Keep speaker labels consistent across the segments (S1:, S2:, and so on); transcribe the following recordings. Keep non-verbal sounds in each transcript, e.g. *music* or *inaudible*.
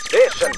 S1: Station.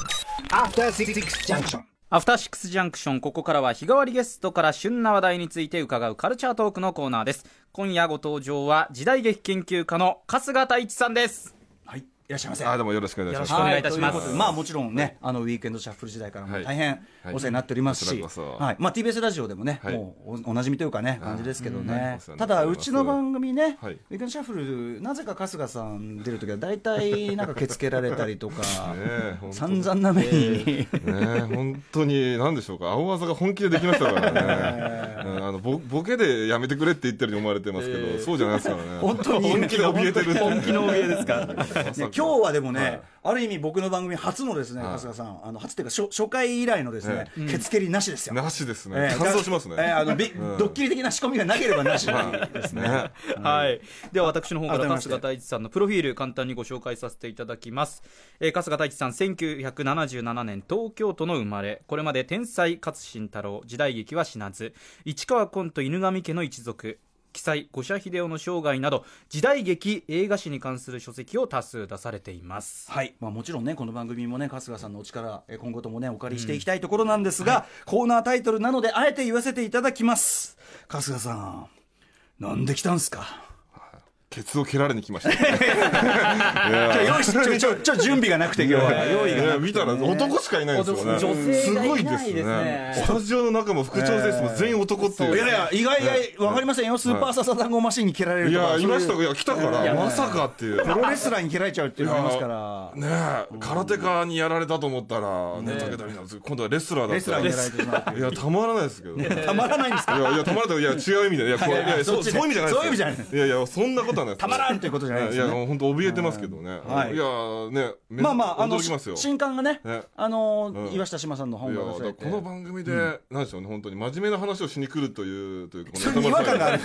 S2: After Six Junction.
S3: アフターシックスジャンクション、ここからは日替わりゲストから旬な話題について伺うカルチャートークのコーナーです。今夜ご登場は時代劇研究家の春日太一さんです。
S4: はい、いらっしゃいませ。
S5: あどうもよろしくお願いします。
S3: よろしくお願いいたします
S4: はとうことでまあもちろんね、あのウィークエンドシャッフル時代からも
S5: はい
S4: 大変
S5: はい
S4: お世話になっておりますし、
S5: こちらこそ
S4: はい、まあ TBS ラジオでもね、
S5: はい
S4: もうおおなじみというかね感じですけどね
S5: う。ん
S4: ただうちの番組ね、
S5: はい
S4: ウィークエンドシャッフルなぜか春日さん出るときは大
S5: *laughs*
S4: 体なんか蹴つけられたりとか、
S5: え本当
S4: 散々な目 *laughs* に。
S5: ねえ本当に何でしょうか青技が本気でできましたからね、うんあのボボケでやめてくれって言ってるように思われてますけど、そうじゃないですからね
S4: 本当に
S5: 本気で怯えてるっていう
S4: 本気の怯えですか、ね、今日はでもね、
S5: はい
S4: ある意味僕の番組初のですね、
S5: はい
S4: 春日さんあの初というか初初回以来のですね、ケツ蹴りなしですよ
S5: なしです
S4: え
S5: ね、
S4: え
S5: 感動しますね、
S4: ええあのび
S5: うん
S4: ドッキリ的な仕込みがなければなしですね。
S5: ね
S3: はい。では私の方から
S4: 改めま
S3: 春
S4: して
S3: 日太一さんのプロフィール簡単にご紹介させていただきます。えー春日太一さん、1977年東京都の生まれ。これまで天才勝新太郎、時代劇は死なず、市川コント犬神家の一族。記載五社秀夫の生涯など時代劇映画史に関する書籍を多数出されています
S4: はいまあ、もちろんねこの番組もね春日さんのお力え今後ともねお借りしていきたいところなんですが、コーナータイトルなのであえて言わせていただきます春日さんなんで来たんすか
S5: ケツを蹴られに来ました、いや
S4: ちょ用意しちょちょちょ準備がなくて今日は用意が
S5: い
S4: な
S5: や
S4: くて
S5: 見たら男しかいないんですよね
S3: 男女性
S5: す
S3: がい
S5: ご
S3: ないで
S5: いです
S3: ね
S5: すねスタジオの中も副調整室も全員男っていう、
S4: いやいや意外が分かりませんよスーパーササダンゴマシンに蹴られる
S5: い
S4: とか
S5: やいました
S4: そう
S5: いうや来たからまさかっていう
S4: プロレスラーに蹴られちゃうっていうのありますから
S5: ねえ空手家にやられたと思ったらね武田みな今度はレスラーだ
S4: レ
S5: っ
S4: ス
S5: た
S4: ラー
S5: ら
S4: にやられてしまう
S5: いやたまらない
S4: *laughs*
S5: ですけどね
S4: たまらないんです
S5: いやいやたまらないいや違う意味でいやこういやい
S4: そ
S5: やそ
S4: っ
S5: う
S4: ち
S5: そう
S4: ね
S5: いう意味じゃ
S4: そうい
S5: ないですよ
S4: う意味じゃないです
S5: いやいやそんなことはないです
S4: たまらんということじゃないです
S5: い
S4: よ
S5: や
S4: ね
S5: 本当怯えてますけどね
S4: はい
S5: いやねめ
S4: まあまあ、あの、
S5: 驚きますよ
S4: し新刊がね
S5: ね、
S4: あのー、
S5: うん
S4: 岩下志麻さんの
S5: い
S4: 本
S5: や
S4: が出
S5: だか
S4: され
S5: ら
S4: て。
S5: この番組で、なんでしょうね、本当に真面目な話をしに来るという、というか、こ
S4: それに違和感がある。
S5: る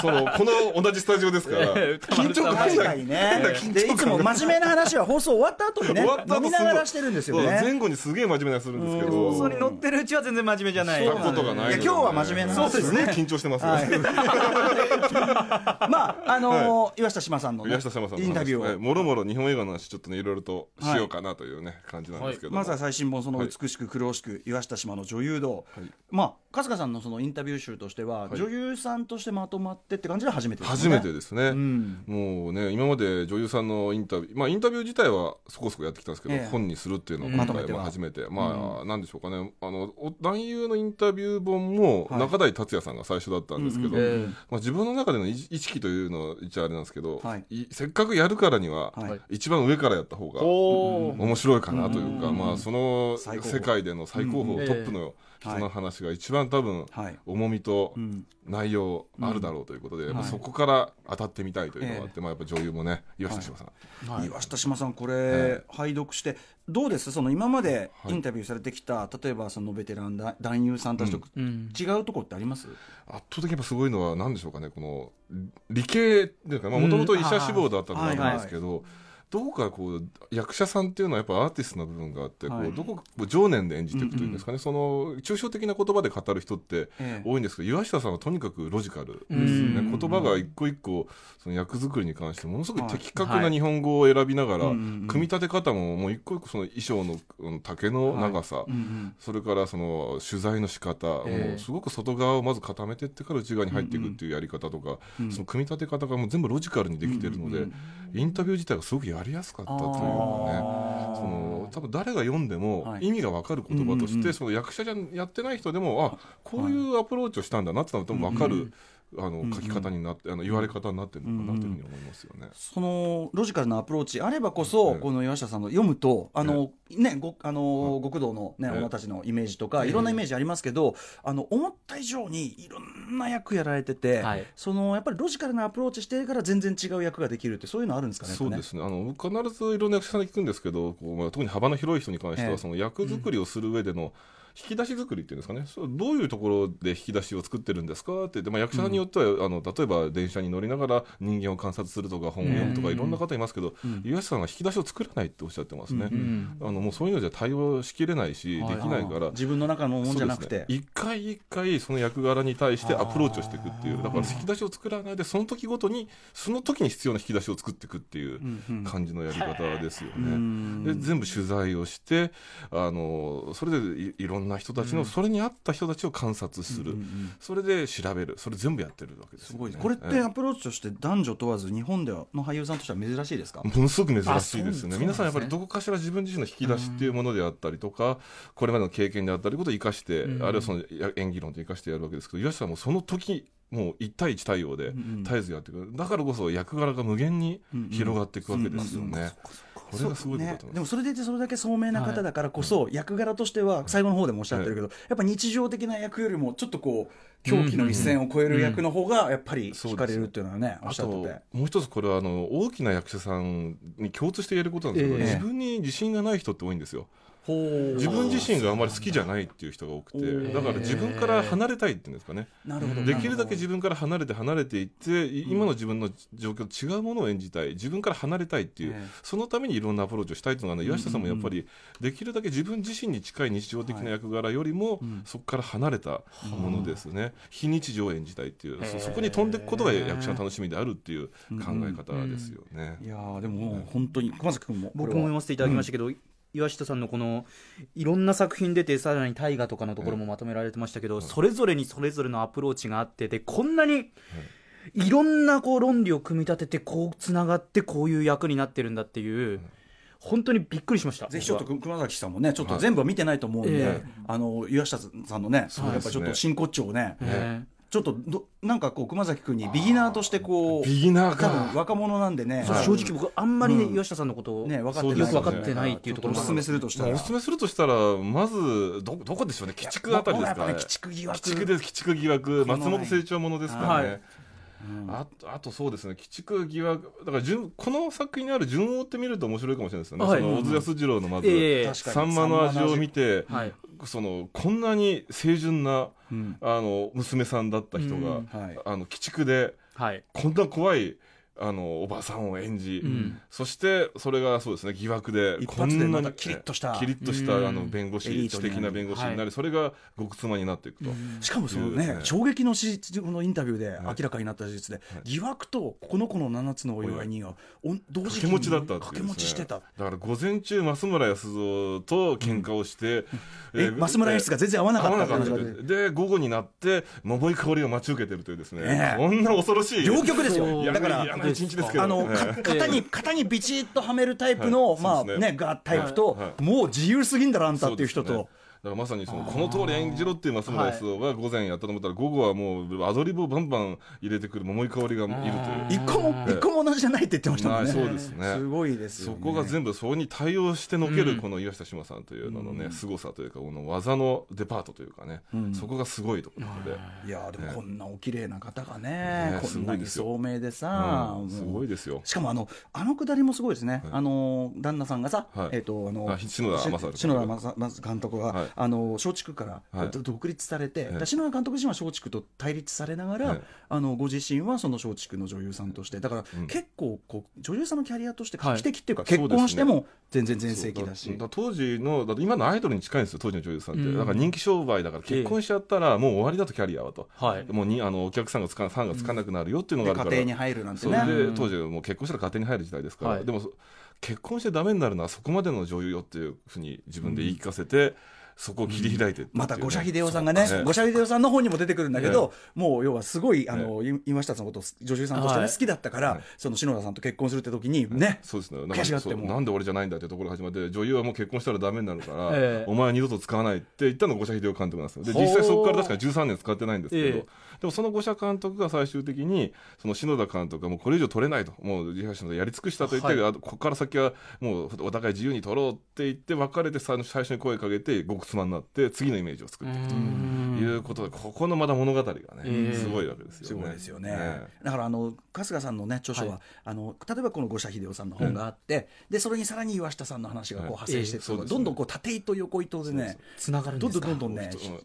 S5: *laughs* そのこの同じスタジオで
S4: *laughs*
S5: すから、緊張感
S4: 確
S5: が
S4: かにね
S5: 緊張。感
S4: で、いつも真面目な話は放送終わった後にね
S5: 終わった、後
S4: 飲みながらしてるんですよ
S5: そう前
S4: ね。
S5: 後にすげえ真面目な話するんですけど、
S3: 放送に載ってるうちは全然真面目じゃない
S5: そうなんですよことがないので
S4: いや今日は真面目な話ですね
S5: ごい緊張してますね。 *laughs*
S4: まあ、あのー、岩下志麻さんのね
S5: 宮下様さんの話
S4: インタビュ
S5: はい
S4: ーを。
S5: もろもろ日本映画の話ちょっとねいろいろとしようかなというね、感じなんですけども、
S4: まずは最新本、その
S5: はい
S4: 美しく苦しく、岩下志麻の女優道。まあ、春日さんのそのインタビュー集としては、
S5: い
S4: 女優さんとしてまとまってって感じで初めてですね。
S5: 初めてですね、
S4: ん
S5: もうね今まで女優さんのインタビューまあインタビュー自体はそこそこやってきたんですけど、
S4: ええ
S5: 本にするっていうのを
S4: ま
S5: 今
S4: とめ
S5: 回
S4: ては
S5: は初めて、まあなんでしょうかねあのお男優のインタビュー本も中台達也さんが最初だったんですけど、まあ、自分の中での意意識というのは一応あれなんですけど、
S4: はい
S5: いせっかくやるからには、
S4: はい
S5: 一番上からやった方が
S3: おー
S5: 面白いかなというか、まあ、その
S4: 最高峰
S5: 世界での最高峰、
S3: うん
S5: トップの人の話が一番多分、
S4: はい
S5: 重みと
S4: ん
S5: 内容あるだろうということで、やっぱ
S4: はい
S5: そこから当たってみたいというのがあって、まあ、やっぱ女優もね岩下志麻さん、
S4: 岩下志麻さん、これ、
S5: え
S4: 拝読して、どうです、その今までインタビューされてきた、例えばそのベテランだ男優さんたちと、違うところってあります、
S5: 圧倒的にやっぱすごいのは何でしょうかねこの理理系というかもともと医者志望だったのがあるんですけど、どうかこう役者さんっていうのはやっぱアーティストの部分があって、
S4: はい
S5: こうどこかこう情念で演じていくというんですかね、その抽象的な言葉で語る人って
S4: ええ
S5: 多いんですけど、岩下さんはとにかくロジカルですよね、
S3: うん
S5: 言葉が一個一個その役作りに関してものすごく的確
S3: はい
S5: な日本語を選びながら、
S4: うんうんうん
S5: 組み立て方ももう一個一個その衣装のうん丈の長さ、
S4: うん
S5: それからその取材の仕方、
S3: ええ
S5: もうすごく外側をまず固めてってから内側に入っていくっていうやり方とか、その組み立て方がもう全部ロジカルにできてるので、インタビュー自体がすごくやりやすかったというかね
S4: あー
S5: その多分誰が読んでも
S4: はい
S5: 意味が分かる言葉として、
S4: うんうんう
S5: その役者じゃやってない人でもあこういうアプローチをしたんだなってのが多分分かる、あの書き方になってあの言われ方になってるのかなというふうに思いますよね。
S4: そのロジカルなアプローチあればこそ、
S5: ええ
S4: この岩下さんの読むと、あの、ね、ごあの極道の、ね女たちのイメージとか、いろんなイメージありますけど、あの思った以上にいろんな役やられてて、
S3: はい
S4: そのやっぱりロジカルなアプローチしてるから、全然違う役ができるって、そういうのあるんですかね、
S5: そうですすねあの僕必ずいろんな役者さんに聞くんですけどこう、まあ、特に幅の広い人に関して
S4: え
S5: は、
S4: え
S5: その役作りをする上での、引き出し作りっていうんですかねそうどういうところで引き出しを作ってるんですかって言って、まあ、役者さんによっては、あの例えば電車に乗りながら人間を観察するとか本を読むとか、
S4: うん
S5: いろんな方いますけど、
S4: うん
S5: 岩下さんは引き出しを作らないっておっしゃってますね、
S4: うん
S3: うん
S5: あのもうそういうのじゃ対応しきれないし、
S4: はい
S5: できないから。
S4: 自分の中のもんじゃなく
S5: そう
S4: て
S5: ですね一回一回その役柄に対してアプローチをしていくっていう
S4: あー
S5: だから引き出しを作らないでその時ごとにその時に必要な引き出しを作っていくっていう
S4: うんうん
S5: 感じのやり方ですよね。
S4: うん
S5: で全部取材をしてあのそれでいいろんな人たちの、それに合った人たちを観察す
S4: う
S5: る、
S4: んうんうん
S5: それで調べるそれ全部やってるわけで
S4: す
S5: すよ、ね、
S4: ごいですこれってアプローチとして男女問わず日本ではの俳優さんとしては珍しいですか、
S5: ものすごく珍しい
S3: あそ
S5: で
S3: う
S5: す
S3: そう
S5: よ
S3: なんです
S5: ね
S3: ね
S5: 皆さんやっぱりどこかしら自分自身の引き出しっていうものであったりとかこれまでの経験であったりことを生かして、
S3: うん
S5: あるいはそのや演技論と生かしてやるわけですけど岩下さんもその時もう1対1対応
S4: ん
S5: で
S4: うん
S5: 絶えずやってくる、だからこそ役柄が無限に広がっていくわけですよね、これがすごいことだと
S4: ね
S5: 思
S4: で
S5: いま
S4: も
S5: す。
S4: それでいてそれだけ聡明な方だからこそ、役柄としては最後の方でもおっしゃってるけど、やっぱ日常的な役よりもちょっとこう狂気の一線を超える役の方がやっぱり惹かれるっていうのはね、おっ
S5: あ
S4: しゃ
S5: と
S4: って
S5: も
S4: て。
S5: う一つこれはあの大きな役者さんに共通して言えることなんですけど、
S4: ええ
S5: 自分に自信がない人って多いんですよ自
S4: 自
S5: 分自身があんまり好きじゃないっていう人が多くてだから自分から離れたいっていうんですかね
S4: なるほど
S5: できるだけ自分から離れて離れていってい今の自分の状況と違うものを演じたい自分から離れたいっていう、
S4: ええ
S5: そのためにいろんなアプローチをしたいというのが、ね、岩下さんもやっぱりできるだけ自分自身に近い日常的な役柄よりも、そこから離れたものですね、非日常を演じたいっていうそそこに飛んでいくことが役者の楽しみであるっていう考え方ですよね。
S4: いやーでももう本当に熊崎君も
S3: 僕も読ませていただきましたけど、岩下さんのこのいろんな作品出てさらに大河とかのところもまとめられてましたけど、それぞれにそれぞれのアプローチがあってでこんなにいろんなこう論理を組み立ててこうつながってこういう役になってるんだっていう本当にびっくりしました。
S4: ぜひちょっと熊崎さんもねちょっと全部は見てないと思うんで、
S3: はいえ
S4: あの岩下さんのね
S5: そうですね
S4: やっぱちょっと真骨頂をね、
S3: 僕はね
S4: ちょっとどなんかこう熊崎君にビギナーとしてこう
S5: ビギナー
S4: 多分
S5: か
S4: 若者なんでね
S3: そう
S5: はい
S3: 正直僕あんまりね、
S4: うん
S3: 岩下さんのことを、
S4: ね分かってない
S5: そうですね
S4: ら
S5: よく分かって
S3: ないっていうところ
S4: ちょっお勧めするとしたら
S5: おすすめするとしたらまずどどこでしょうね鬼畜あたりで
S4: 僕は
S5: すか
S4: やっぱね鬼畜疑惑
S5: 鬼畜です鬼畜疑惑
S4: のライン
S5: 松本清張ものですからね、
S3: はい
S5: あとあとそうですね鬼畜疑惑だから順この作品にある順を追ってみると面白いかもしれないですよね、
S3: はい
S5: その小津安二郎のまず、
S3: ええ
S4: 確かに
S5: サンマの味を見て、
S3: はい
S5: そのこんなに清純な
S4: うん
S5: あの娘さんだった人が、
S3: うん
S4: はい
S5: あの鬼畜で
S3: はい
S5: こんな怖いあのおばさんを演じ、
S3: うん
S5: そしてそれがそうですね疑惑で
S4: 一
S5: こ
S4: 発で
S5: んな
S4: また
S5: に
S4: キリッとした
S5: キリッとし
S3: うん
S5: たあの弁護
S4: エリー
S5: 士
S4: トにな
S5: 知
S4: る
S5: 的な弁護士になり、それが極妻になっていくと。
S4: しかもその
S5: そう
S4: ね
S5: ですね
S4: 衝撃の史実このインタビューで明らかになった事実で、疑惑とこの子の7つのお祝いにがおん同時期
S5: 掛け持ちだったっていう、ね、
S4: 掛け持ちしてた
S5: だから午前中増村康三と喧嘩をして、
S4: え増村演出が全然合わなか
S5: 合わ
S4: ったっ
S5: な
S4: て
S5: かっ
S4: 話
S5: た
S4: が
S5: と
S4: 出
S5: い
S4: て
S5: うで午後になって桃井香りを待ち受けてるというですね、
S4: ねえ
S5: こんな恐ろしい
S4: 両極ですよ
S5: いや
S4: だから
S5: 嫌な一日ですけど
S4: あの、
S5: ええ
S4: か型に型にビチッとはめるタイプの、
S5: はい
S4: まあ
S5: そうです
S4: ね
S5: ね
S4: がタイプと、
S5: はいは
S4: もう自由すぎんだろあんた
S5: そ
S4: っ
S5: う
S4: てい
S5: で
S4: う
S5: す
S4: 人
S5: ね
S4: と、
S5: だからまさにそのこの通り演じろっていう松村康三が午前やったと思ったら午後はもうアドリブをバンバン入れてくる桃井香りがいるという
S4: 一個も一個も同じじゃないって言ってましたもんね。
S5: はいそうですね
S4: すごいですよ
S5: そ
S4: ね。
S5: こが全部そこに対応してのけ
S3: うん
S5: るこの岩下志麻さんというののね、凄さというかこの技のデパートというかね、
S4: ん
S5: そこがすごいところで。
S4: いやーでもこんなお綺麗な方がね
S5: ね、
S4: こんなに聡明でさ、
S5: うん、す
S4: もう
S5: ごいですよ。
S4: しかもあのあのくだりもすごいですね、あのー旦那さんがさ、
S5: はい
S4: えっ、とあの
S5: あ篠田正治
S4: し篠田正正監督が、
S5: はい
S4: あのー松竹から、
S5: はい
S4: 独立されて、
S5: ええ
S4: 篠田監督自身は松竹と対立されながら、
S5: はい
S4: あのご自身はその松竹の女優さんとしてだから、
S5: うん
S4: 結構こう女優さんのキャリアとして
S3: はい
S4: 画期的っていうか、
S5: そうです
S4: 結
S5: ね
S4: 婚しても全然全盛期だし
S5: そうだだ当時のだって今のアイドルに近いんですよ当時の女優さんって、
S3: うん
S5: だから人気商売だから結婚しちゃったらもう終わりだとキャリアはと、
S3: はい
S5: もうにあのお客さんがつかファンがつかなくなるよっていうの
S4: で
S5: が
S4: 家
S5: あるから、
S4: 庭に入るなんて
S5: そ
S4: ね
S5: れで
S3: ん
S5: 当時はもう結婚したら家庭に入る時代ですから、
S3: はい
S5: でもそ結婚してダメになるのはそこまでの女優よっていうふうに自分で言い聞かせて、そこを切り開いてっていうね
S4: また五社秀夫さんがね
S5: そうか、
S4: 五社秀夫さんの本にも出てくるんだけど、もう要はすごい、あの、今下さんのことを女優さんとしてね、
S3: はい
S4: 好きだったから、その篠田さんと結婚するって時に、ね、
S5: そうですねなん
S4: 悔しが
S5: か
S4: って
S5: そう
S4: も
S5: なんで俺じゃないんだっていうところが始まって女優はもう結婚したらダメになるから、
S3: ええ
S5: お前は二度と使わないって言ったのが五社秀夫監督なんですよで
S3: ほう
S5: 実際そこから確か13年使ってないんですけど、
S3: ええ
S5: でもその五社監督が最終的にその篠田監督がもうこれ以上取れないともうリハーサルのやり尽くしたと言っ
S3: は
S5: て、
S3: い
S5: あとここから先はもうお互い自由に取ろうって言って別れてさ最初に声かけて極奥妻になって次のイメージを作っていくということでここのまだ物語がねすごいわけですよね。
S4: すごいですよね、
S5: ええ
S4: だからあの春日さんのね著書は、
S3: はい
S4: あの例えばこの五社秀夫さんの本があって、でそれにさらに岩下さんの話がこう
S5: はい
S4: 派生していくと、
S5: ええそうですね
S4: どんどんこう縦糸横糸でね
S3: つながるん
S4: ど
S3: で
S4: んど
S3: す
S4: ん
S3: か
S4: どんどんね
S5: そうそう
S4: ひ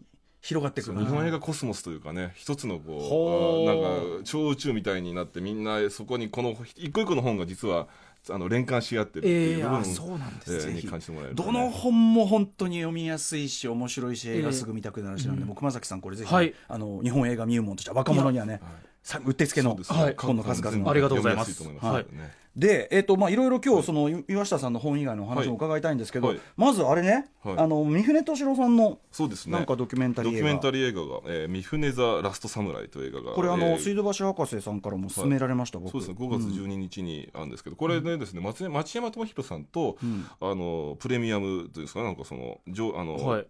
S4: 広がっていく
S5: 日本映画コスモスというかね一つのこ
S3: ほ
S5: うあ
S3: う
S5: ーなんか超宇宙みたいになってみんなそこにこの一個一個の本が実はあの連関し合ってるっていう
S3: ええ
S5: 部分
S3: あそうなんです
S5: えー
S4: ぜ
S5: に
S4: ひ
S5: 感じてもらえるとね
S4: どの本も本当に読みやすいし面白いし映画すぐ見たくなるしなんで、もう熊崎さんこれぜひね、
S3: はい
S4: あの日本映画入門としては若者にはねさうってつけの
S5: そうですね
S4: はい本の数々の
S3: ありがとうございます
S5: 読みやすいと思います
S4: で、えっとまあ、いろいろ今日そのい岩下さんの本以外のお話も伺いたいんですけど、
S5: はい
S4: まずあれね、
S5: はい
S4: あの三船敏郎さんの
S5: そうですね
S4: なんかドキュメンタリー映画
S5: ドキュメンタリー映画が「えー三船座ラストサムライ」という映画が
S4: これあ
S5: え
S4: の、
S5: ー
S4: 水道橋博士さんからも勧められました、僕
S5: そうですね、5月12日にあるんですけど、これねですね、松山町山智博さんと、あのプレミアムというんですかね、なんかその上あの、
S3: はい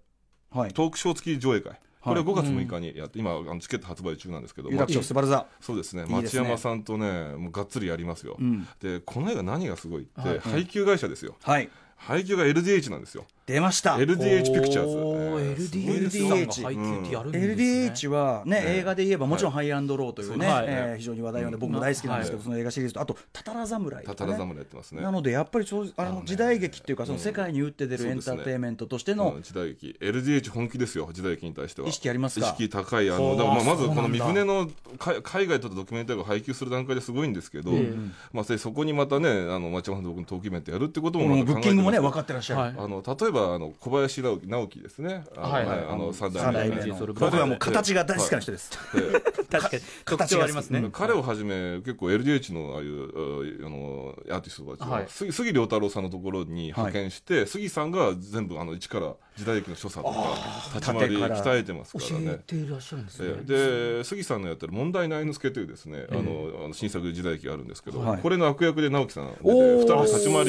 S4: はい
S5: トークショー付き上映会、これは5月6日にやって、今あのチケット発売中なんですけど、
S4: 有楽町スバル座
S5: そうです
S4: い
S5: ね、
S4: いです
S5: 町
S4: ね
S5: 山さんとね、もうがっつりやりますよ。
S4: ん
S5: で、この映画何がすごいって、
S3: はい
S5: 配給会社ですよ。
S4: はい
S5: 配給が LDH なんですよ。
S4: 出ました、
S5: LDH ピクチャーズ。
S3: お
S5: え
S3: ー
S5: ーすごい
S3: LDH さんが配給ってやるんですね
S4: LDH はね、映画で言えばもちろん「ハイアンドロー」というね、
S3: はい
S4: えー非常に話題なので僕も大好きなんですけど、
S3: はい
S4: その映画シリーズとあと「タタラ侍」とか
S5: たた
S4: ね
S5: ら侍やってますね。
S4: なのでやっぱりそうあの時代劇っていうかその世界に打って出る
S5: そ
S4: エ
S5: う
S4: ン
S5: です
S4: タ
S5: ね
S4: ーテインメントとして
S5: う
S4: の
S5: ん時代劇 LDH 本気ですよ時代劇に対しては
S4: 意識ありますか
S5: 意識高いあ
S3: ほ
S5: の
S3: う
S5: だからまあまず
S3: そう
S5: こ
S3: なんだ
S5: の三船の海海外とドキュメンタリーを配給する段階ですごいんですけど、
S3: ええ
S5: まあ、それそこにまたねあの町山さんと僕のトークイベントやるってことも
S4: も
S5: ま
S4: うブ
S5: た考
S4: ッ
S5: え
S4: キ
S5: て
S4: ングも
S5: ま
S4: ね
S5: す
S4: 分かってらっしゃる、
S3: はい
S5: あの例えばあの小林直樹直樹ですねあの、
S3: はいはい
S5: あの三
S4: 三代
S5: 代目
S4: 目
S5: の
S4: の
S3: それ
S4: 僕はもう形が大好きな人です、
S5: で
S3: 確かに特徴ありますね
S5: 彼をはじめ結構 LDH のああいうああのアーティストたち
S3: は
S5: が
S3: い
S5: 杉杉良太郎さんのところに派遣して、杉さんが全部あの一から時代劇の所作とか立ち回り
S4: 縦から
S5: 鍛えてます
S3: 教
S5: から
S3: え
S5: ね。
S3: ていらっしゃるんです
S5: え
S3: ね
S5: えで杉さんのやってる「問題ないのすけ」というですね、あのあの新作時代劇があるんですけど、これの悪役で直樹さんで
S4: おー
S5: 2人で立ち回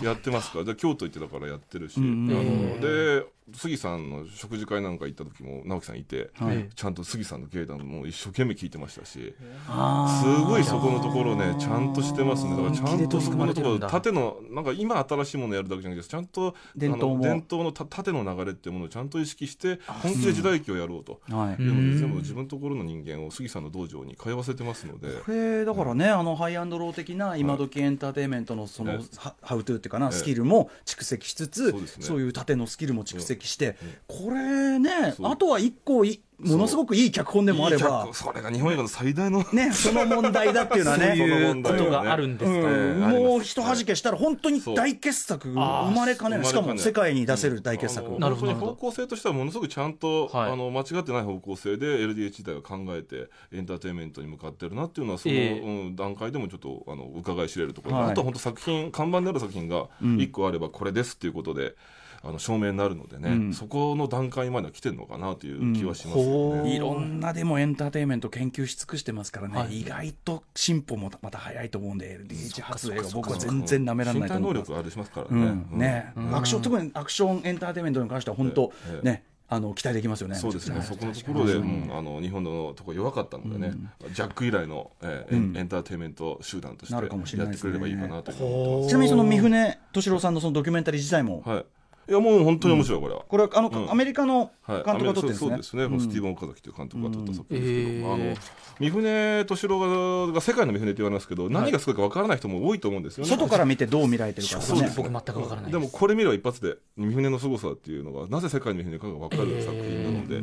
S5: りやってますからで京都行ってだからやってるし、あので杉さんの食事会なんか行った時も直樹さんいて、
S3: い
S5: ちゃんと杉さんの芸談も一生懸命聞いてましたし。
S4: あ
S5: すごいそこのところね、ちゃんとしてますね、だからちゃんとそこ
S3: 本気で取り組まれ
S5: のとこ
S3: てる
S5: ろ、
S3: んだ
S5: 縦の、なんか今、新しいものやるだけじゃなくて、ちゃんと
S4: 伝統も
S5: あの伝統のた縦の流れっていうものをちゃんと意識して、本気で時代劇をやろうと、
S4: ーはい
S5: いうの
S3: う
S5: で、
S3: ん
S5: 全部自分のところの人間を杉さんの道場に通わせてますので、
S4: これだからね、あのハイアンドロー的な今時エンターテインメントのその
S5: ええ
S4: ハハウトゥーっていうかな、
S5: ええ
S4: スキルも蓄積しつつ
S5: そうですね
S4: そういう縦のスキルも蓄積して、これね
S5: そう
S4: あとは一個いものすごくいい脚本でもあれ
S5: いい
S4: ば
S5: 脚それが日本映画の最大の、
S4: ね、その問題だっていうのはね
S5: *laughs* そういう
S3: ことがあるんですか
S5: ええ
S4: うん
S5: あります
S4: もう一はじけしたら本当に大傑作生まれかねないしかも世界に出せる大傑作、
S5: うん
S3: なるほど
S5: 本当に方向性としてはものすごくちゃんと、
S3: はい
S5: あの間違ってない方向性で LDH 自体は考えてエンターテインメントに向かってるなっていうのはその、
S3: ええ
S5: うん段階でもちょっとあの伺い知れるところ、
S4: はい
S5: あとは本当作品看板である作品が1個あればこれですっていうことで、あの証明になるのでね、
S4: うん
S5: そこの段階までは来てるのかなという気はしますよね。
S4: いろんなでもエンターテインメント研究し尽くしてますからね、意外と進歩もまた早いと思うんで LDH 発映が僕は全然なめられないと
S5: 身体
S4: 思
S5: 能
S4: う
S5: 力あるしますから
S4: う
S5: ね。
S4: ん
S5: うん
S4: ね、アクション特にアクションエンターテインメントに関しては本当、
S5: ええ
S4: ねあの期待できますよね
S5: そうですね、そこのところで、うんあの日本のところ弱かったのでね、ジャック以来の、えーエンエンターテインメント集団として
S4: なるかもしれ
S5: や
S4: ないで
S5: って
S4: す
S5: く
S4: ね
S5: れればいいかなというふうに思ってます。
S4: ちなみにその三船敏郎さんのそのドキュメンタリー自体も、
S5: はい。いや、もう本当に面白い、これは。
S4: これはあの、
S5: うん
S4: アメリカの
S5: は
S4: 監
S5: い、
S4: 督が撮ってるんで
S5: アメリカ
S4: す
S5: そう
S4: ね、
S5: ですね、このスティーブン・オカザキという監督が撮った作品ですけど、
S3: うん
S5: あの三船敏郎が、が世界の三船って言われますけど、何がすごいか分からない人も多いと思うんですよね。
S4: 外から見てどう見られてるかとか
S3: そう
S4: ね
S3: です僕全くわからない
S5: でもこれ見れば一発で三船の凄さっていうのがなぜ世界の三船かが分かる作品なので、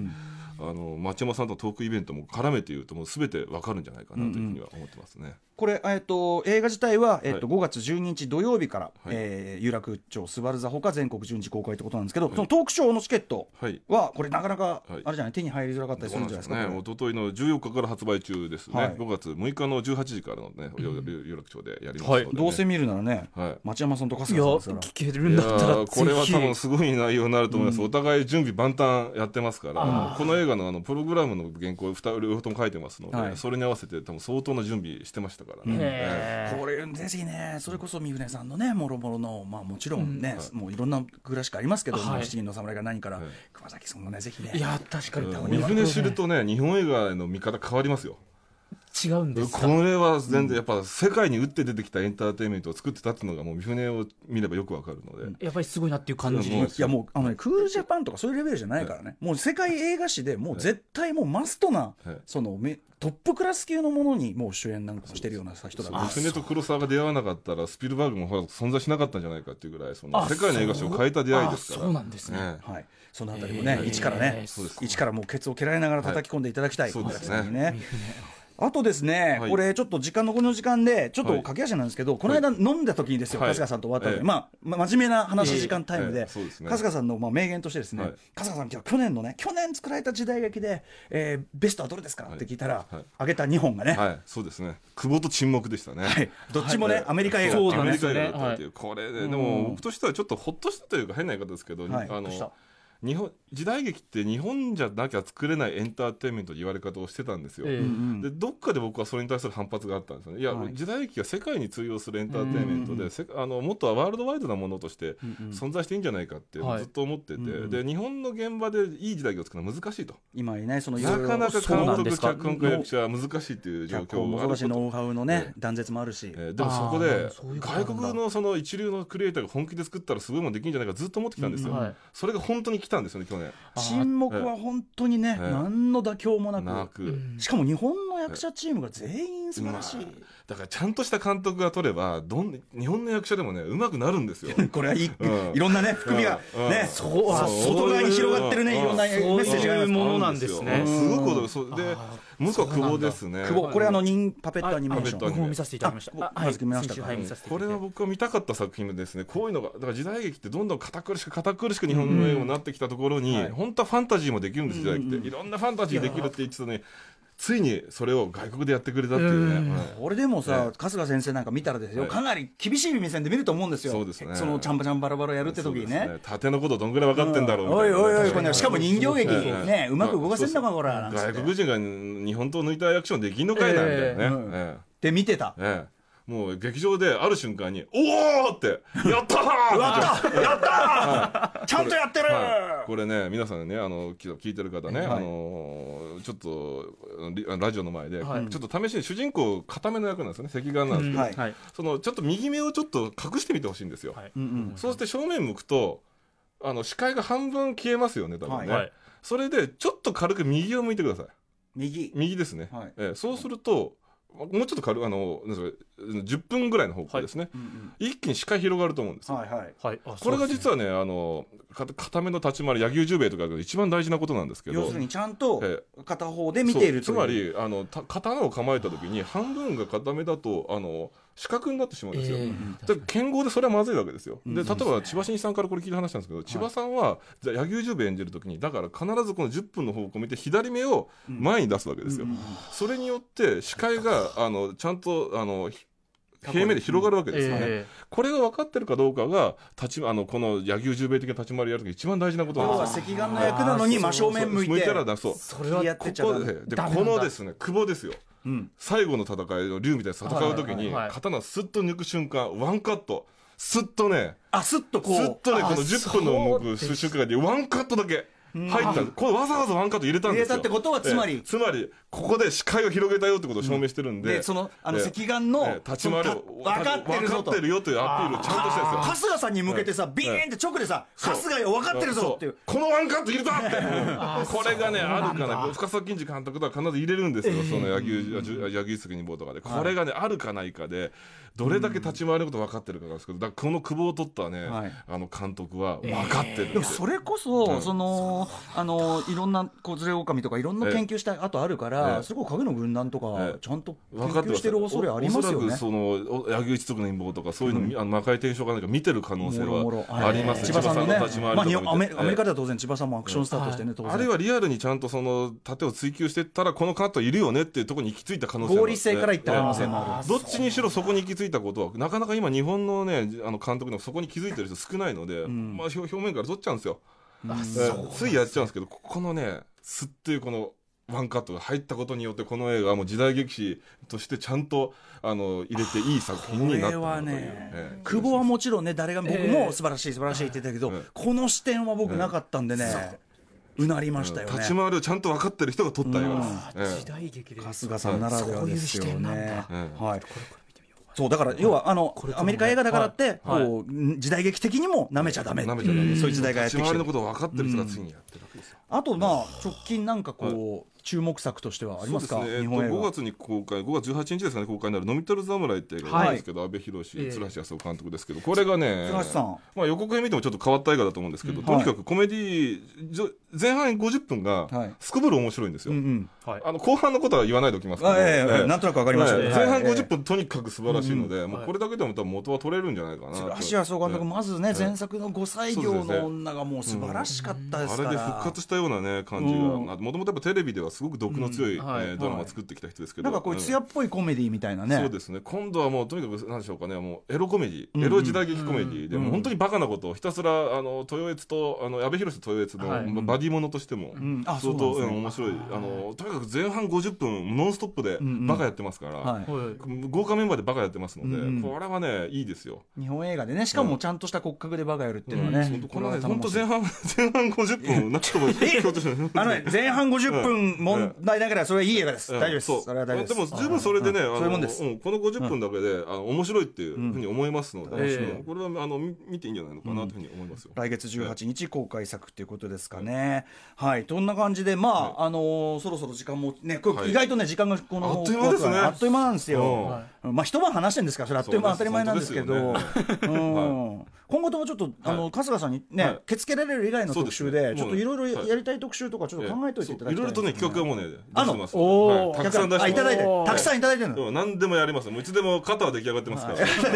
S5: あの町山さんとのトークイベントも絡めて言うともう全て分かるんじゃないかなというふうには思ってますね。
S4: これ、えっと、映画自体は、えっと、
S5: は
S4: 5月12日土曜日から、
S5: い
S4: えー有楽町スバル座ほか全国順次公開ということなんですけど、そのトークショーのチケット
S5: はい
S4: は、これ、なかなか、
S5: はい
S4: あれじゃない、手に入りづらかったりす
S5: そう
S4: る
S5: なんん
S4: じゃない
S5: で
S4: ですすか、こ
S5: ね。一昨日の14日から発売中ですね。
S4: はい
S5: 5月6日の18時からのね、有楽町でやりますの
S3: は
S5: で、
S3: い
S5: ね
S4: れどうせ見るならね、
S5: はい
S4: 町山さんと春
S3: い
S4: 日
S3: や
S4: さんですから。
S3: 聞ける
S5: い
S3: ん
S5: や
S3: だったら
S5: ーこれは
S3: ぜひ
S5: 多分すごい内容になると思います、お互い準備万端やってますからこの映画のあのプログラムの原稿を2両方とも書いてますので、
S4: はい
S5: それに合わせて多分相当な準備してましたからね、え
S3: へー
S4: これぜひね、それこそ三船さんのね、もろもろの、まあ、もちろんね、もういろんな暮らしがありますけど、
S3: はい
S4: 七人の侍が何から、
S5: はい
S4: 熊崎さんもね、ぜひね、
S3: いや確かに
S5: ー三船知るとね日本映画への見方変わりますよ
S3: 違うんですか
S5: これは全然やっぱ世界に打って出てきたエンターテインメントを作ってたっていうのがもう三船を見ればよくわかるので、
S3: やっぱりすごいなっていう感じ
S5: もう
S4: いやもうあの、ね、クールジャパンとかそういうレベルじゃないからね、もう世界映画史でもう絶対もうマストな、
S5: はい
S4: そのめトップクラス級のものにもう主演なんかしてるような人だ
S5: そ
S4: か
S5: う
S4: ら
S5: 三船と黒沢が出会わなかったらスピルバーグもほら存在しなかったんじゃないかっていうぐらいその
S3: あ
S5: 世界の映画史を変えた出会いですから
S3: そうあそうなんですね
S5: ええ
S4: はい、そのあたりもね、一からね、
S5: そうです
S4: 一からもうケツを蹴られながら叩き込んでいただきたい、
S5: はいそうですね
S4: 小林さんにね。あとですね、
S5: はい
S4: これちょっと時間残りの時間でちょっと
S5: はい
S4: 駆け足なんですけど、この間飲んだ時にですよ、
S5: はい
S4: 春日さんと終わったので、
S5: ええ
S4: まあま真面目な話し時間タイムで、
S5: ええそうですね
S4: 春日さんのまあ名言としてですね、
S5: はい
S4: 春日さん今日去年のね去年作られた時代劇で、えーベストはどれですか、って聞いたら、
S5: はい
S4: あげた2本がね、はい
S5: はい、そうですね久保と沈黙でしたね、
S4: どっちもね、アメリカ映画
S3: そう
S5: ア
S3: なんで
S5: メリ
S3: す
S5: カ
S3: よ
S5: 映
S3: ね
S5: 画だったっていう、これね、でも僕としてはちょっとほっとしたというか変な言い方ですけど、
S4: はい
S5: あ
S4: ほっとした
S5: の日本時代劇って日本じゃなきゃ作れないエンターテインメントと言われ方をしてたんですよ。
S3: ええ
S5: でどっかで僕はそれに対する反発があったんですよね。いや、
S4: はい
S5: 時代劇が世界に通用するエンターテインメントで、せあのもっとワールドワイドなものとして存在していいんじゃないかって
S3: はい
S5: ずっと思ってて、で日本の現場でいい時代劇を作るのは難しいと。
S4: 今いないその
S5: なかなか
S3: そう
S5: 監
S3: なん
S5: 督
S3: ですか
S5: 脚本家役者は難しいっていう状
S4: 脚
S5: 況
S4: 本も
S5: が
S4: そう
S5: ある
S4: だ
S5: こ
S4: し
S5: と
S4: ノウハウのね、
S5: え
S4: 断絶もあるし、
S5: えーでもそこ
S3: あー
S5: で
S3: そういうことなんだ
S5: 外国のその一流のクリエイターが本気で作ったらすごいもんできるんじゃないかずっと思ってきたんですよ、
S3: うんはい
S5: それが本当に来たんですよね去年
S4: 沈黙は本当にね、
S5: ええ
S4: 何の妥協もなく
S5: なく、
S4: しかも日本の役者チームが全員素晴らしい、
S5: まあだからちゃんとした監督が取ればどん日本の役者でもねうまくなるんで
S4: *laughs*
S5: すよ
S4: これはいい,、
S5: うん
S4: いろんなね含みが、
S5: うん
S4: ね、
S5: うん
S4: そう
S3: あ
S4: 外側に広がってるね、
S5: うん
S4: いろんなメ
S3: そう
S4: ッセージがあり
S3: いう
S4: ま
S3: ものなんですね
S5: あるんですようんすごくそうで向こうは久保ですね
S4: す久保これあの人パペッ
S3: あ
S4: トアニメーシ
S5: パペッ
S4: ョン
S5: トアニ
S3: 僕も見させていただきまし
S4: あ
S3: た。あはい
S4: 僕も見まし
S3: 先
S4: た
S3: 週はい見させていた
S5: こ
S3: だ
S5: れ
S3: いて
S5: は僕が見たかった作品ですねこういうのがだから時代劇ってどんどん堅苦しく堅苦しく日本の映画になってきたところに、本当はファンタジーもできるんです時代劇って、いろんなファンタジーできるって言ってたのについにそれを外国でやってくれたっていうね、はい
S4: 俺でもさ、
S5: え
S4: 春日先生なんか見たらですよ、
S5: はい
S4: かなり厳しい目線で見ると思うんですよ
S5: そうですね
S4: のちゃんばちゃんバラバラやるって時にね
S5: そうです縦のことどんぐらい分かってんだろうみ
S4: お
S5: た
S4: い
S5: いな
S4: おいおい
S5: 確
S4: こ
S5: か
S4: れ
S5: に
S4: しかも人形劇
S5: ええ
S4: ねうまく動かせんのか
S5: まあ
S4: こらなんつっ
S5: 外
S4: て
S5: 国人が日本刀を抜いたアクションできんのかいなみたいなね、
S3: ええ
S4: うん
S5: え
S4: で見てた
S5: えええもう劇場である瞬間に「おお!」って「やったー!」
S4: やったやったーちゃんとやってる
S5: はい、これね皆さんねあのき聞いてる方ね、
S4: はい
S5: あのーちょっとリラジオの前で、
S3: はい
S5: ちょっと試しに主人公固めの役なんですよね赤眼なんですけど、
S4: はい
S3: はい
S5: そのちょっと右目をちょっと隠してみてほしいんですよ、
S3: はい
S4: うんうん
S5: そうして正面向くとあの視界が半分消えますよね多分ね、
S3: はい
S5: それでちょっと軽く右を向いてください
S4: 右
S5: 右ですね、
S4: はい
S5: ええそうするともうちょっと軽いあのなんですか10分ぐらいの方向ですね、
S4: うん
S5: 一気に視界広がると思うんです
S4: うん
S5: よ、
S4: はいはい
S3: はい。
S5: これが
S3: は
S5: 実はねあのか固めの立ち回り野球十兵衛とかが一番大事なことなんですけど
S4: 要するにちゃんと
S5: え
S4: 片方で見ている
S5: そうつまりあのた刀を構えた時に半分が固めだとあの四角になってしまうんですよ、で剣豪でそれはまずいわけですよ。で例えば千葉真一さんからこれ聞いた話なんですけど、千葉さんはじゃあ柳生十兵衛演じるときにだから必ずこの10分の方向を見て左目を前に出すわけですよ。それによって視界があのちゃんとあのひ平面で広がるわけですよね。
S3: ええ
S5: これが分かってるかどうかが立ちあのこの柳生十兵衛的な立ち回りやるとき一番大事なこと
S4: 要
S5: なん
S4: は
S5: ですよ。
S4: 赤眼の役なのに真正面向いて
S5: 向いたらだそう。
S3: それは
S4: やっ
S5: こ
S4: てちゃダ
S5: こ
S4: メ
S5: でで
S3: ダメな
S5: こ
S3: んだ
S5: のですね久保ですよ。
S4: うん
S5: 最後の戦いの竜みたいに戦う時
S3: はいはい
S5: に
S3: はい
S5: 刀すっと抜く瞬間ワンカットすっとね
S4: あすっと
S5: す
S4: こう
S5: っとねこ
S3: あ
S5: の10分の動く
S3: そうで
S5: 瞬間にワンカットだけ入ったんですこれわざわざワンカット入れたんで
S4: 入れ
S5: すよ
S4: たってことはつまり
S5: ええつまりここで視界を広げたよってことを証明してるんで、
S4: でそのあの
S5: ええ
S4: 赤眼
S5: え
S4: の
S5: え立ち回り
S4: そ
S5: を
S4: のた分かってるぞ
S5: 分か
S4: と
S5: ってるよというアピールをちゃんとしてるんですよ
S4: 春日さんに向けてさビーンって直でさ春日よ分かってるぞっていう
S5: そうこのワンカット入れた
S4: *laughs*
S5: ってこれがねあるかない深沢金次監督とは必ず入れるんですよその野球野球杉に棒とかでこれがねあるかないかでどれだけ立ち回ること分かってるかなんですけどだからこの久保を取ったね
S4: はい
S5: あの監督は分かってるん
S4: で
S5: で
S4: も
S5: す
S4: それこそ、そのあのいろんな子連れ狼とかいろんな研究した後あるから、
S5: ええ
S4: それこそ影の軍団と
S5: え
S4: か
S5: え
S4: ちゃんと研
S5: 分かって
S4: 究してる恐れありますよ
S5: おそら
S4: ね
S5: く。そのお柳生一族の陰謀とかそういうの、あの魔界転生かなんか見てる可能性
S4: もろもろ
S5: はありますね
S4: 千葉さんのね
S5: 千葉さんの立ち回りとか見て、
S4: まあ、日本アメアメリカ
S5: ええ
S4: では当然千葉さんもアクションスターとしてね、当然
S5: あるいはリアルにちゃんとその盾を追求してったらこのカットいるよねっていうところに行き着いた可能性もある
S4: 合理性から言った可能性もある
S5: ええどっちにしろそこに行き着いたことはなかなか今日本のねあの監督でもそこに気づいてる人少ないので、まあ表表面から取っちゃうんですよ、ええついやっちゃうんですけどここのねすっていうこのワンカットが入ったことによってこの映画はもう時代劇史としてちゃんとあの入れていい作品に
S4: こ
S5: なっ
S4: れ
S5: たな
S4: は
S5: という、
S4: ね、
S5: ええ
S4: 久保はもちろんね、誰が僕
S3: ええ
S4: も素晴らしい、素晴らしいって言ってたけど、
S5: ええ
S4: この視点は僕なかったんでね、うなりましたよね、
S5: 立ち回りをちゃんと分かってる人が撮った映画です。
S3: 時代劇で
S4: 春日さんならではですよ
S3: そういう視点なん
S4: ね
S3: だ。
S4: はい。そうだから要はあのアメリカ映画だからってこう時代劇的にもなめちゃダメって
S5: なめちゃダメ
S4: いうそういう時代がやって
S5: 立ち
S4: きて
S5: 回りの
S4: る
S5: ことを分かってる人が次にやってるわけですよ。
S4: あとまあ直近なんかこう注目作としてはありますか
S5: そうですね、え
S4: 日本
S5: っ
S4: 映
S5: と、5
S4: 画
S5: 月に公開5月18日ですかね公開になる「飲み取る侍」って映画なんですけど、阿部寛
S3: ええ
S5: 鶴橋康夫監督ですけどこれがね
S4: 鶴橋さん
S5: まあ、予告編見てもちょっと変わった映画だと思うんですけど、
S4: ん
S5: とにかくコメディじょ前半50分
S4: はい
S5: がすこぶる面白いんですよ、
S4: うんうん
S3: はい
S5: あの後半のことは言わないでおきますけど、
S4: あええ
S5: ええ
S4: なんとなくわかりました
S5: ええ
S4: ね
S5: 前半
S4: はい
S5: 50分とにかく素晴らしいので、もう
S3: はい
S5: これだけでも多分元は取れるんじゃないかなと、
S4: 鶴橋康夫監督
S5: ええ
S4: まずね前作の5歳業の女がもう素晴らしかったです
S5: あ
S4: か
S5: れ
S4: ら
S5: で復活したようなね感じが、
S4: うん
S5: もともとやっぱテレビではすごく毒の強い、
S3: うんはい
S5: えードラマ作ってきた人ですけど、
S4: なんかこう艶っぽいコメディみたいな
S5: そう
S4: ね
S5: ですね今度はもうとにかくなんでしょうかねもうエロコメディ、
S4: んうん
S5: エロ時代劇コメディで、
S4: うん
S5: もう本当にバカなことをひたすらあの豊悦とあの安倍博士と豊悦の、
S3: はい
S5: まバディものとしても、
S4: んあそ
S5: 相当
S4: うなんですね
S5: うん面白いあのとにかく前半50分ノンストップで
S4: んうん
S5: バカやってますから、
S4: はい
S3: はい
S5: 豪華メンバーでバカやってますので、
S4: うんうん
S5: これはねいいですよ。
S4: 日本映画でねしかもちゃんとした骨格でバカやるっていうのは
S5: 本
S4: ね
S5: 当この
S4: は
S5: ね本当
S4: 頼
S5: 前
S4: もしい
S5: 半前半50分をなんとか共通して
S4: あのね前半50分問題ながらそれはいい映画です
S5: うん
S4: 大丈夫です
S5: そう
S4: それは大丈夫です
S5: も十分それでね、
S4: うん
S5: あの
S4: そういうもんです
S5: んこの50分だけで、あの面白いっていうふうに思いますので、
S3: ん
S5: うんこれはあのみ見ていいんじゃないのかなというふうに思いますよ。
S4: 来月18日公開作ということですかね。はい、どんな感じで、まあ、あのーそろそろ時間もね、これ
S5: はい
S4: 意外とね、時間がこの
S5: あっという間ですね
S4: あっという間なんです
S5: うん
S4: よ
S5: は。
S4: まあ、一晩話してるんですから、それあっという間当
S5: そ
S4: た
S5: うです
S4: り前なんですけど。うん
S5: 本 *laughs*
S4: 今後ともちょっと、あの、春日さんに
S5: は
S4: ね
S5: い、
S4: 受け付けられる以外の特集
S5: そう
S4: で、
S5: ですね
S4: ちょっといろい
S5: も
S4: ろ
S5: うね
S4: やりたい特集とか、ちょっと考えておいていただきたいんですよ。
S5: ろいろとね企画はもうね出
S4: あ
S5: して
S4: の
S5: ます
S3: おー
S5: はいたくさん出してます
S4: あいただいて
S3: おー
S4: たくさんいただいてる
S5: で
S4: の。
S5: も何でもやりますもういつでも肩は出来上がってますから呼ん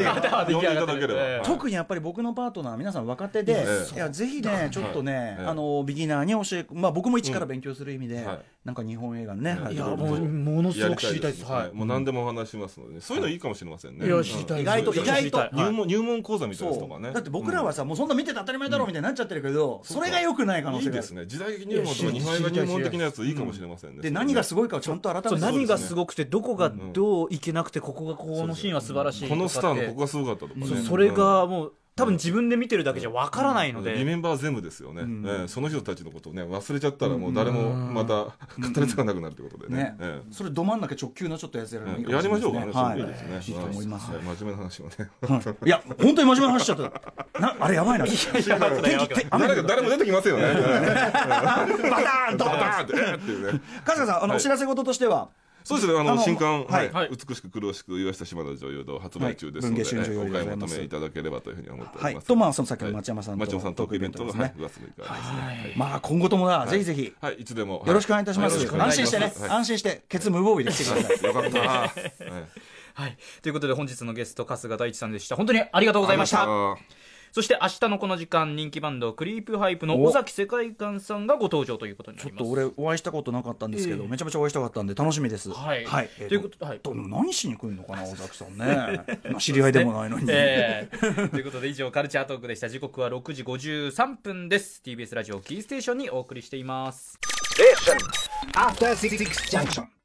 S5: でいただければ、
S3: ええ
S5: はい
S4: 特にやっぱり僕のパートナー皆さん若手で、
S5: ええ
S4: いやぜひねちょっとね、
S5: ええ
S4: あのビギナーに教え、まあ、僕も一から勉強する意味で、
S5: うんはい
S4: なんか日本映画のね、
S5: はい
S3: い
S5: や
S3: や
S5: も
S3: も
S5: う
S3: うものす
S5: や
S3: ご
S5: り
S3: く知りたいです
S5: ね
S3: は
S5: もう何でもお話しますのでね、そういうのいいかもしれません
S3: い
S5: ね
S3: いや知りたい
S5: うん
S4: 意外と
S3: いや
S4: 意外と
S3: 知りたい
S5: 入門入門講座みたいなやつと
S4: そ
S5: か
S4: う
S5: ね
S4: だって僕らはさ、もうそんな見てて当たり前だろうみたいになっちゃってるけど、それがよくない可能
S5: い
S4: 性
S5: い
S4: があ
S5: で
S4: る
S5: すね時代劇入門とか日本映画入門的なやついいかもしれませんね
S4: で何が
S5: そ
S4: すごいかをちゃんと改
S3: そ
S4: め
S3: う
S4: て
S5: うですね
S3: 何がすごくてどこがどういけなくてここがこのシーンは素晴らし
S5: れ
S3: い
S5: ねこのスターのここ
S3: が
S5: がすごかったとかね
S3: それがもう多分自分で見てるだけじゃわからないので
S5: リメンバー全部ですよね、ええその人たちのことをね忘れちゃったらもう誰もまた語り継がなくなるということでね,、
S4: ね
S5: ええ
S4: それど真ん中直球のちょっとやつやるのもいいかも
S5: や
S4: し
S5: り
S4: れな
S5: ま
S4: いで
S5: しょう
S4: すね
S5: かね、
S4: はい
S5: いいですね
S4: いいと思います、
S5: はい真面目な話をね
S4: いや本当に真面目な話しちゃったなあれやばいな天気天雨
S5: 誰か誰も出てきませんよね
S4: *laughs* バターン
S5: ド
S4: と
S5: バーンってえーっていうね
S4: 春日さんあの、
S5: はい
S4: お知らせ事としては
S5: そうですねあの
S4: あの
S5: 新刊、
S4: はい
S5: はい美しく苦しく岩下島の女優堂発売中ですので、
S4: はい文藝春秋よ
S5: お
S4: り
S5: 買い
S4: ございま
S5: 求
S4: す
S5: めいただければというふうに思ってお
S4: は
S5: り
S4: い
S5: ます
S4: とまあその先の町山さんと
S5: はい町山さんトークイベントの、
S4: ト
S5: は
S4: ー
S5: い、
S4: クイベント
S5: 5月6日ですねはい
S4: まあ今後ともな、ぜひぜひ
S5: はい、いつでも
S4: よろしくお願いいたしま
S5: は
S4: す
S5: よろ。くお願
S4: 安
S5: いし
S4: 心
S5: ま
S4: し
S5: す
S4: てね、
S5: はい
S4: 安心して、ケツ無防備で来て
S5: *laughs*
S4: ください。
S5: よかったな。
S4: *laughs*
S5: はい
S3: はいということで本日のゲスト春日大地さんでした本当にありがとうございましたそして明日のこの時間人気バンドクリープハイプの尾崎世界観さんがご登場ということにな
S4: ちょ
S3: り
S4: っ
S3: ます
S4: と俺お会いしたことなかったんですけど、めちゃめちゃお会いしたかったんで楽しみです。
S3: はい
S4: えー
S3: ということはい
S4: ど何しに来るのか
S5: *laughs*
S4: な、尾崎さんね。知り合いでもないのに。
S3: ええということで以上カルチャートークでした時刻は6時53分です TBS ラジオキーステーションにお送りしています
S2: After Six Junction.